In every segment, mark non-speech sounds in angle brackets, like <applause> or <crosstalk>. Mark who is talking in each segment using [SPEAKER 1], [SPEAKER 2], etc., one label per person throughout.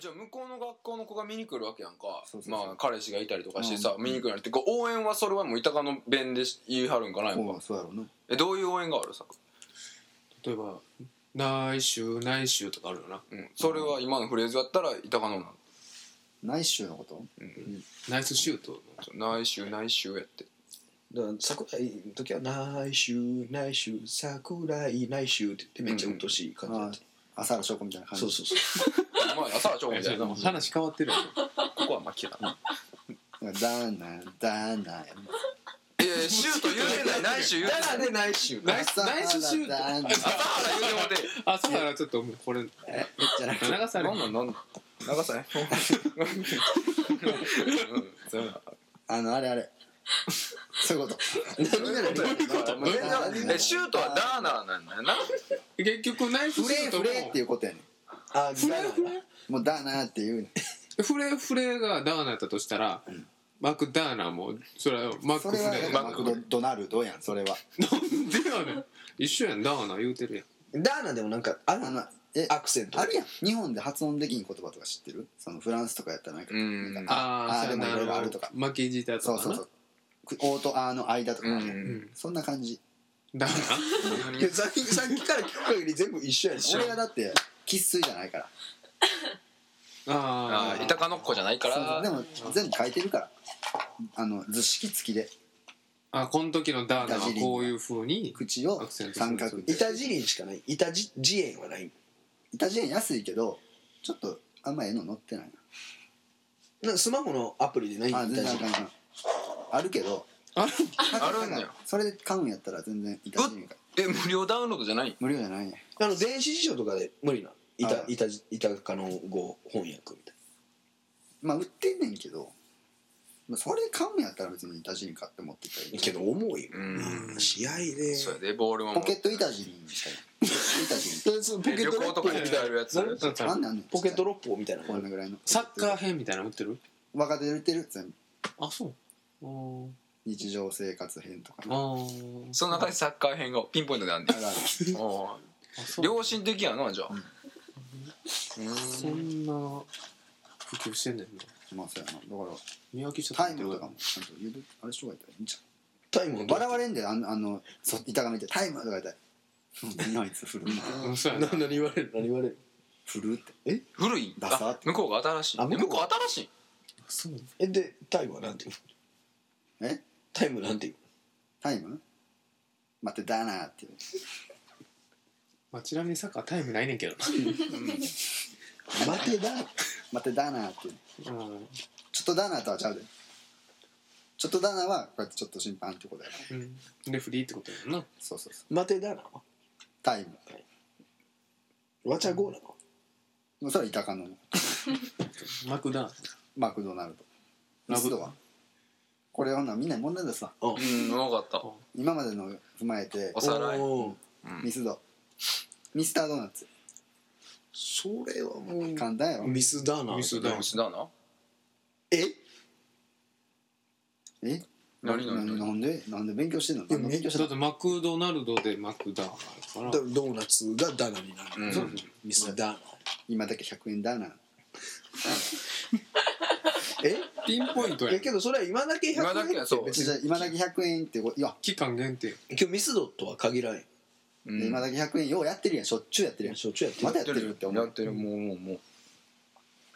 [SPEAKER 1] じゃあ向こうの学校の子が見に来るわけやんか
[SPEAKER 2] そうそうそう
[SPEAKER 1] まあ彼氏がいたりとかしてさ、見に来るやんってこう応援はそれはもう板川の弁でし言い張るんかなやっぱ、
[SPEAKER 2] そうそうやろうな
[SPEAKER 1] えどういう応援があるさ、
[SPEAKER 3] 例えば「内周内周」とかあるよな
[SPEAKER 1] うん、それは今のフレーズやったら板川のな
[SPEAKER 2] 内周のこと
[SPEAKER 3] ナイスシュート
[SPEAKER 1] 内周内周やって
[SPEAKER 2] だから桜井の時は内周内周桜井内周って言ってめっちゃうっとうしい感じだった、
[SPEAKER 4] 朝の証拠みたいな感じ
[SPEAKER 2] そうそうそう
[SPEAKER 1] お前朝はちょこみたいな
[SPEAKER 3] の話変わってるよ
[SPEAKER 1] ここはまあ嫌だな
[SPEAKER 4] なんかダーナダーナ
[SPEAKER 1] いやいやシュート言うてない内周言うて
[SPEAKER 2] だ
[SPEAKER 1] ない
[SPEAKER 2] からで内周
[SPEAKER 3] ナイスナイスシュー
[SPEAKER 4] ダ
[SPEAKER 3] ト
[SPEAKER 4] ーナ
[SPEAKER 1] 朝原言うてもうて
[SPEAKER 3] あそうだなちょっともうこれ流
[SPEAKER 4] えじゃなくて
[SPEAKER 3] され
[SPEAKER 1] な
[SPEAKER 3] る
[SPEAKER 1] んなんなんなん長さねうんそうやな
[SPEAKER 4] <laughs> あのあれあれそういうこと
[SPEAKER 2] 何が何
[SPEAKER 4] こと
[SPEAKER 1] 全然えシュートはダーナーなんだよな
[SPEAKER 3] 結局ナイス
[SPEAKER 4] フ
[SPEAKER 3] シュ
[SPEAKER 4] レ
[SPEAKER 3] ート
[SPEAKER 4] フ
[SPEAKER 3] も
[SPEAKER 4] レっていうことやね
[SPEAKER 2] あ
[SPEAKER 3] フレ
[SPEAKER 2] だ
[SPEAKER 3] フレ
[SPEAKER 4] んもうダーナっていう
[SPEAKER 3] フレフレがダーナやったとしたら、マクダーナもそれはマッ
[SPEAKER 4] そ
[SPEAKER 3] ク
[SPEAKER 4] れ
[SPEAKER 3] フ
[SPEAKER 4] は
[SPEAKER 3] レ
[SPEAKER 4] マクドドナルドやんそれは
[SPEAKER 3] なんでやねん一緒やんダーナ言うてるやん
[SPEAKER 2] ダーナでもなんかあ
[SPEAKER 4] あ
[SPEAKER 2] る
[SPEAKER 4] のえ
[SPEAKER 2] アクセント
[SPEAKER 4] あるやん日本で発音できん言葉とか知ってるそのフランスとかやったらなんか
[SPEAKER 1] うん
[SPEAKER 4] なんか
[SPEAKER 3] あ
[SPEAKER 4] あ
[SPEAKER 3] あ
[SPEAKER 4] ーでもいろいろあるとか
[SPEAKER 3] 負けじたとか
[SPEAKER 4] そう
[SPEAKER 3] な
[SPEAKER 4] そうそうくオーとアーの間とかあるやん
[SPEAKER 1] うん
[SPEAKER 3] うん
[SPEAKER 4] そんな感じ
[SPEAKER 3] ダーナ
[SPEAKER 2] いやさっきさっきから聞く限り全部一緒やし
[SPEAKER 4] 俺はだって生粋じゃないから
[SPEAKER 1] あ
[SPEAKER 3] あー
[SPEAKER 1] ー板かのっこじゃないか
[SPEAKER 4] そうそうで
[SPEAKER 1] ら
[SPEAKER 4] も全部書いてるからあの図式付きで
[SPEAKER 3] あこの時のダーナはこういうふうに
[SPEAKER 4] 口を
[SPEAKER 3] アクセントする
[SPEAKER 4] 三角
[SPEAKER 2] 板辞林しかない板辞辞園はない
[SPEAKER 4] 板ジェーン安いけどちょっとあんまええの載ってない
[SPEAKER 2] なスマホのアプリでない
[SPEAKER 4] なあ
[SPEAKER 2] 板
[SPEAKER 4] 全
[SPEAKER 2] 辞
[SPEAKER 4] 然あかん
[SPEAKER 2] 林
[SPEAKER 4] あかんあるけど
[SPEAKER 3] あ
[SPEAKER 4] あ
[SPEAKER 1] あるんや
[SPEAKER 4] それで買うんやったら全然板ジェーンが
[SPEAKER 1] え無料ダウンロードじゃない
[SPEAKER 4] 無料じゃないね
[SPEAKER 2] あの電子辞書とかで無理な板
[SPEAKER 4] あ
[SPEAKER 2] 板辞板科の語翻訳みたい
[SPEAKER 4] まあ売ってんねんけどまあそれ買うんやったら別に板ジェーン買って持ってったらいい
[SPEAKER 2] なけど重いよ
[SPEAKER 1] うん
[SPEAKER 2] うん試合で
[SPEAKER 1] そうやでボールも
[SPEAKER 4] ポケット板ジェーンみたいな
[SPEAKER 2] <laughs>
[SPEAKER 4] 板ジェ
[SPEAKER 2] とりあえずポケ
[SPEAKER 1] え
[SPEAKER 2] ッ
[SPEAKER 1] 旅
[SPEAKER 2] トロッ
[SPEAKER 1] 行
[SPEAKER 2] ポ
[SPEAKER 1] と
[SPEAKER 2] ー
[SPEAKER 1] か
[SPEAKER 2] み
[SPEAKER 1] に
[SPEAKER 2] たい
[SPEAKER 1] 使え
[SPEAKER 2] な
[SPEAKER 1] るやつ
[SPEAKER 3] なんだった
[SPEAKER 4] ーンあん
[SPEAKER 3] の
[SPEAKER 4] なんあんねん
[SPEAKER 2] ポケットロッポーみたいな
[SPEAKER 4] こんなぐらいの
[SPEAKER 3] サッカー編みたいなの売ってる
[SPEAKER 4] 若手で売ってる全部
[SPEAKER 3] あそうあー
[SPEAKER 4] 日常生活編とか
[SPEAKER 3] あー
[SPEAKER 1] その中でサッカー編がピンポイントであんね
[SPEAKER 4] あるある
[SPEAKER 1] んお
[SPEAKER 3] あ
[SPEAKER 1] ー
[SPEAKER 3] そう
[SPEAKER 1] 良心的やなじゃあ
[SPEAKER 3] そんな普及してんねんな
[SPEAKER 4] まあそうやなだから
[SPEAKER 3] 見分けしちゃ
[SPEAKER 4] タ
[SPEAKER 3] っ
[SPEAKER 4] イ
[SPEAKER 3] た
[SPEAKER 4] ムとかもちゃんと言うてあれしとかいたらいいんちゃ
[SPEAKER 2] タイム
[SPEAKER 4] う
[SPEAKER 2] が
[SPEAKER 4] 笑われんであのあのそ板が見て「タイム!」とか言ったら「何あいつ古いな
[SPEAKER 3] うんそうやな
[SPEAKER 2] な何言われる何言われる
[SPEAKER 4] 古ってえ
[SPEAKER 1] 古い
[SPEAKER 4] ダサ
[SPEAKER 1] あ向こうが新しい
[SPEAKER 2] あ
[SPEAKER 1] え
[SPEAKER 2] 向こう
[SPEAKER 1] 向こう新しい
[SPEAKER 3] そう
[SPEAKER 2] えでタイムはなんて言うの
[SPEAKER 4] え
[SPEAKER 2] タイムなんて言う
[SPEAKER 4] タイム待ってだな」っていう
[SPEAKER 3] まあ、ちなみにサッカータイムないねんけど
[SPEAKER 4] 「待てだ待てだな」っていう
[SPEAKER 3] な、うん
[SPEAKER 4] ちょっとだなとはちゃうでちょっとだなはこうやってちょっと審判ってことやから
[SPEAKER 3] うん、レフリーってことやもんな
[SPEAKER 4] そうそうそう
[SPEAKER 2] 待てだな
[SPEAKER 4] タイム
[SPEAKER 2] わちゃごうなの
[SPEAKER 4] もうそれは板カの
[SPEAKER 3] マクダー
[SPEAKER 4] マクドナルド
[SPEAKER 3] ラ
[SPEAKER 4] ラ
[SPEAKER 3] ブ
[SPEAKER 4] ブドはこれほんなみんなに問題ですわ
[SPEAKER 1] うん分かった
[SPEAKER 4] 今までの踏まえて
[SPEAKER 1] おさらい
[SPEAKER 2] おー
[SPEAKER 1] うん
[SPEAKER 4] ミスドミスタードーナツ
[SPEAKER 2] それはもう
[SPEAKER 4] 簡単やろ
[SPEAKER 2] ミスだな
[SPEAKER 3] ミスだ
[SPEAKER 1] ミスだな
[SPEAKER 2] え
[SPEAKER 4] え
[SPEAKER 1] 何
[SPEAKER 4] な
[SPEAKER 1] 何
[SPEAKER 4] なんでなんで勉強してんの
[SPEAKER 2] や勉強
[SPEAKER 3] だってマクドナルドでマクダーがあるか
[SPEAKER 2] ドーナツがダナになる、
[SPEAKER 1] うん
[SPEAKER 2] そうそうミスダナ
[SPEAKER 4] 今だけ100円だな
[SPEAKER 2] え
[SPEAKER 3] らピンポイント
[SPEAKER 2] い
[SPEAKER 3] や
[SPEAKER 2] やけどそれは今だけ100円
[SPEAKER 1] 今だけやそう
[SPEAKER 2] 別
[SPEAKER 4] じ
[SPEAKER 2] に
[SPEAKER 4] ゃあ今だけ100円ってこいや、
[SPEAKER 3] 期間限定
[SPEAKER 2] 今日ミスドとは限らん
[SPEAKER 1] うん
[SPEAKER 4] 今だけ100円ようやってるやんしょっちゅうやってる
[SPEAKER 2] や
[SPEAKER 4] や
[SPEAKER 2] ん
[SPEAKER 4] ん
[SPEAKER 2] しょっちゅうやってる
[SPEAKER 4] まだやってるって思
[SPEAKER 1] やっ
[SPEAKER 4] う
[SPEAKER 1] てるもうもうもう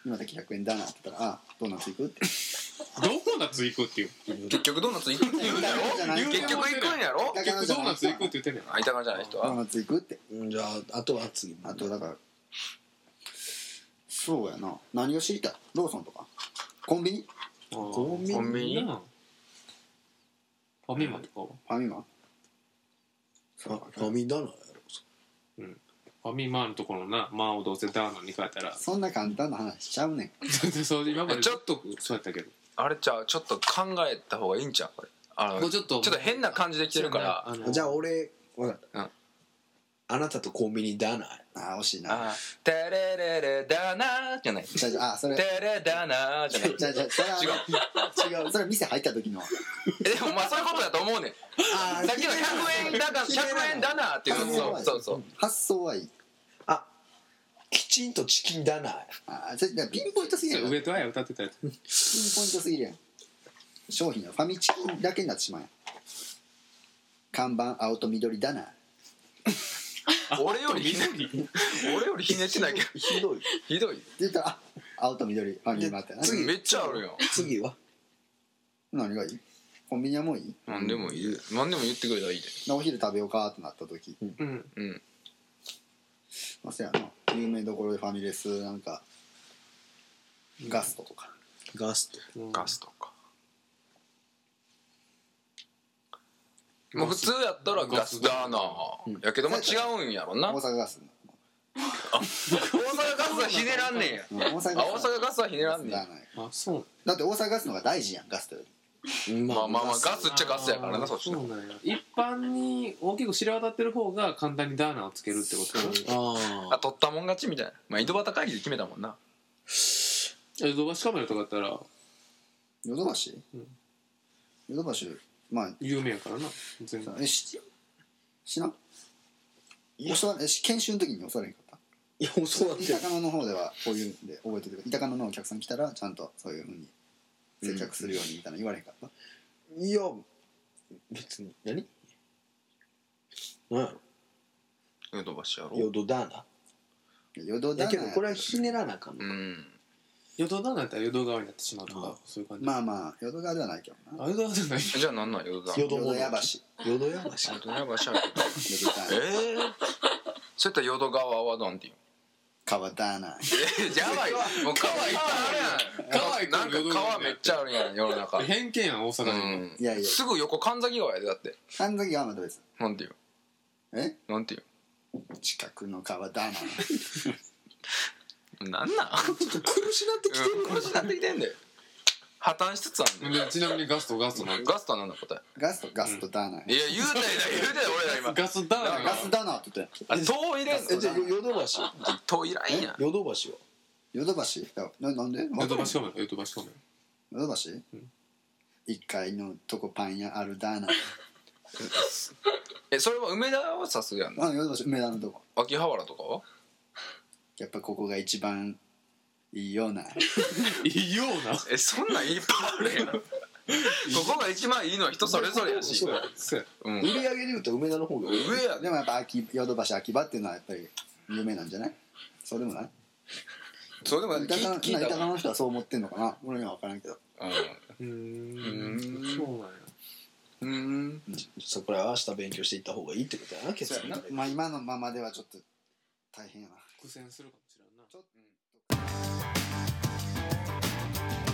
[SPEAKER 4] 今だけ100円だなって言ったらあドーナツ行くって
[SPEAKER 3] どこナツ行くっていう
[SPEAKER 1] 結局ドーナツ行くって言うんだろ
[SPEAKER 4] じゃない
[SPEAKER 1] 結局行くんやろ
[SPEAKER 4] だ
[SPEAKER 3] 結
[SPEAKER 4] から
[SPEAKER 3] 局ド
[SPEAKER 4] じゃ
[SPEAKER 3] ー
[SPEAKER 4] な
[SPEAKER 3] ナ
[SPEAKER 4] い
[SPEAKER 3] ツ行くって言ってんねん
[SPEAKER 1] あいたかじゃない人
[SPEAKER 4] ドー
[SPEAKER 1] は
[SPEAKER 4] ナツ行くって
[SPEAKER 2] うんじゃああとは次
[SPEAKER 4] あとだからそうやな何を知りたいローソンとかコンビニ
[SPEAKER 3] コ
[SPEAKER 1] コンビニ
[SPEAKER 3] ファミマとかは
[SPEAKER 4] ファミマそう
[SPEAKER 2] ファミダナやろ
[SPEAKER 3] ファミマのところのな「まあ」をどうせダーナに変えたら <laughs>
[SPEAKER 4] そんな簡単な話しちゃうねん
[SPEAKER 3] そう今まで
[SPEAKER 1] ちょっ
[SPEAKER 3] とそうやったけど
[SPEAKER 1] あれちゃうちょっと考えた方がいいんちゃうこれあ
[SPEAKER 3] も
[SPEAKER 1] の
[SPEAKER 3] う
[SPEAKER 1] ち
[SPEAKER 3] ちょっと
[SPEAKER 1] ょっと変な感じで来てるから
[SPEAKER 3] あの
[SPEAKER 2] あじゃあ俺分かった、
[SPEAKER 1] うん
[SPEAKER 2] あなたとコンビニダナや
[SPEAKER 4] あー惜しいな
[SPEAKER 1] あ「テレレレだな」じゃない「
[SPEAKER 4] じゃあじゃああそれ
[SPEAKER 1] テレだな」じゃない
[SPEAKER 4] じゃあじゃあそれは違うそれは店入った
[SPEAKER 1] <laughs>
[SPEAKER 4] 時の
[SPEAKER 1] えでもまあそういうことだと思うねん
[SPEAKER 2] あ
[SPEAKER 1] さっきの100円だが100円だなっていうのそうそうそう
[SPEAKER 4] 発想はいい
[SPEAKER 2] あ基チンとチキンだな
[SPEAKER 4] あーそれだからピンポイントすぎるやんピン
[SPEAKER 3] 上戸彩歌ってたやつ
[SPEAKER 4] ポイントすぎるやん商品のファミチキンだけになってしまうやん看板青と緑だな
[SPEAKER 1] 俺よりひね <laughs> 俺よりひねってないけど
[SPEAKER 2] ひどい
[SPEAKER 1] ひどい
[SPEAKER 4] って言ったらあ青と緑ファミリーマートやな
[SPEAKER 1] めっちゃあるやん
[SPEAKER 2] 次は
[SPEAKER 4] 何がいいコンビニはもういい
[SPEAKER 1] 何でもいい何でも言ってくれたらいいで
[SPEAKER 4] お昼食べようかってなった時
[SPEAKER 3] うん
[SPEAKER 1] うん
[SPEAKER 4] まあ、そやな有名どころでファミレスなんかガストとか
[SPEAKER 2] ガスト
[SPEAKER 1] ガスとかもう普通やったらガスだなやけどまあ違うんやろな
[SPEAKER 4] 大
[SPEAKER 1] 大阪
[SPEAKER 4] 阪ガス
[SPEAKER 1] ガスはひねらんねんや
[SPEAKER 4] うん大阪
[SPEAKER 1] あ大阪ガスはひねらんねん
[SPEAKER 4] だ
[SPEAKER 1] ま
[SPEAKER 4] な
[SPEAKER 3] あ
[SPEAKER 4] い
[SPEAKER 3] そう
[SPEAKER 4] だって大阪ガスの方が大事やんガストより
[SPEAKER 2] ま
[SPEAKER 1] あまあまあガスっちゃガスやから
[SPEAKER 3] あー
[SPEAKER 1] なそっち
[SPEAKER 3] そ
[SPEAKER 1] の
[SPEAKER 3] うなんや一般に大きく知れ渡ってる方が簡単にダーナをつけるってこと
[SPEAKER 2] あ
[SPEAKER 1] あ取ったもん勝ちみたいなまあ井戸端会議で決めたもんな
[SPEAKER 3] 江戸橋カメラとかやったら
[SPEAKER 4] ヨドバシ
[SPEAKER 3] うん
[SPEAKER 4] ヨドバシまあ
[SPEAKER 3] 有名やからな全然
[SPEAKER 4] えししな
[SPEAKER 2] いや
[SPEAKER 4] 教わえし研修の時に教われへんかっ
[SPEAKER 2] いやそうなって
[SPEAKER 4] た板野の方ではこういうんで覚えてて板野のお客さん来たらちゃんとそういうふうに接客するようにみたいな言われへんかった、
[SPEAKER 2] いや別に何何や
[SPEAKER 1] 井戸橋や
[SPEAKER 2] ろ
[SPEAKER 1] ろ
[SPEAKER 2] ヨドダーナ
[SPEAKER 4] ヨド
[SPEAKER 2] いや
[SPEAKER 4] だ
[SPEAKER 2] けどこれはひねらなあかん
[SPEAKER 1] う
[SPEAKER 2] の
[SPEAKER 1] ん
[SPEAKER 3] 淀川なんやったら淀川になってしまうと
[SPEAKER 2] あ
[SPEAKER 3] か
[SPEAKER 2] ー
[SPEAKER 3] そういう感じ
[SPEAKER 4] まあまあヨド川ではないけど
[SPEAKER 2] <laughs>
[SPEAKER 4] な
[SPEAKER 3] あ淀川じゃない
[SPEAKER 1] じゃあなんなん淀川
[SPEAKER 2] ヨ
[SPEAKER 4] ヨドヤ橋
[SPEAKER 2] ヨドヤ <laughs> 橋
[SPEAKER 1] 淀橋やろ
[SPEAKER 4] ヨド
[SPEAKER 1] え
[SPEAKER 4] 川
[SPEAKER 1] えそういったら淀川はなんていう
[SPEAKER 4] 川だな
[SPEAKER 1] やばいもう川いっぱいあるやん
[SPEAKER 3] 川
[SPEAKER 1] ないん
[SPEAKER 3] っぱいある
[SPEAKER 1] か川めっちゃあるやん世の中
[SPEAKER 3] 偏見やん大阪
[SPEAKER 1] うん
[SPEAKER 3] 人
[SPEAKER 4] いやいや
[SPEAKER 1] すぐ横神崎川やでだって
[SPEAKER 4] 神崎川また別
[SPEAKER 1] なんていう
[SPEAKER 4] え
[SPEAKER 1] なんてい
[SPEAKER 4] 近くの川だな
[SPEAKER 1] うなんなん
[SPEAKER 2] ちょっと苦しなってきてる
[SPEAKER 1] うん苦しなってきてんだよ破綻しつつあんねん
[SPEAKER 3] でちなみにガスとガスなんか
[SPEAKER 1] ガスタなんだ答
[SPEAKER 4] ガストガストだな
[SPEAKER 1] えいや言うたやない言うたやない俺ら今
[SPEAKER 3] ガスダーナ
[SPEAKER 4] ガスだなって言った
[SPEAKER 1] あ遠いれん
[SPEAKER 2] えじゃあ
[SPEAKER 1] の
[SPEAKER 2] ヨドバシ
[SPEAKER 1] 遠いらんやん
[SPEAKER 2] ヨドバシは
[SPEAKER 4] ヨドバシだななんで
[SPEAKER 3] ヨ
[SPEAKER 4] わか
[SPEAKER 3] ド
[SPEAKER 4] ら
[SPEAKER 3] バ
[SPEAKER 4] ん
[SPEAKER 3] シカメラヨドバシカメ
[SPEAKER 4] ヨドバシ
[SPEAKER 3] うん
[SPEAKER 4] 一階のとこパン屋あるだな
[SPEAKER 1] えそれは梅田は指すやんな
[SPEAKER 4] あヨドバシ梅田のとこ
[SPEAKER 1] 秋葉原とかは
[SPEAKER 4] やっぱここが一番いいような
[SPEAKER 3] ラいいような
[SPEAKER 1] えそんなんいっぱいあるやん <laughs> ここが一番いいのは人それぞれやし
[SPEAKER 2] そう
[SPEAKER 3] そうや
[SPEAKER 1] うん
[SPEAKER 2] 売り上げで言うと梅田の方が
[SPEAKER 1] 上や
[SPEAKER 4] でもやっぱ秋ヨドバシ秋葉っていうのはやっぱり有名なんじゃないそうでもない
[SPEAKER 1] そうでも
[SPEAKER 4] 板川
[SPEAKER 1] 聞い
[SPEAKER 4] 今
[SPEAKER 1] た
[SPEAKER 4] 板
[SPEAKER 1] わ
[SPEAKER 4] 川の人はそう思ってんのかな俺には分からんけど
[SPEAKER 3] うーん
[SPEAKER 1] ーん
[SPEAKER 3] そうなんや
[SPEAKER 1] うんうん
[SPEAKER 2] そこら明日勉強していった方がいいってことやな決
[SPEAKER 1] そう
[SPEAKER 2] 断
[SPEAKER 1] やな
[SPEAKER 4] まあ今のままではちょっと大変やな
[SPEAKER 3] 苦戦するかもしれんな
[SPEAKER 4] ちょっと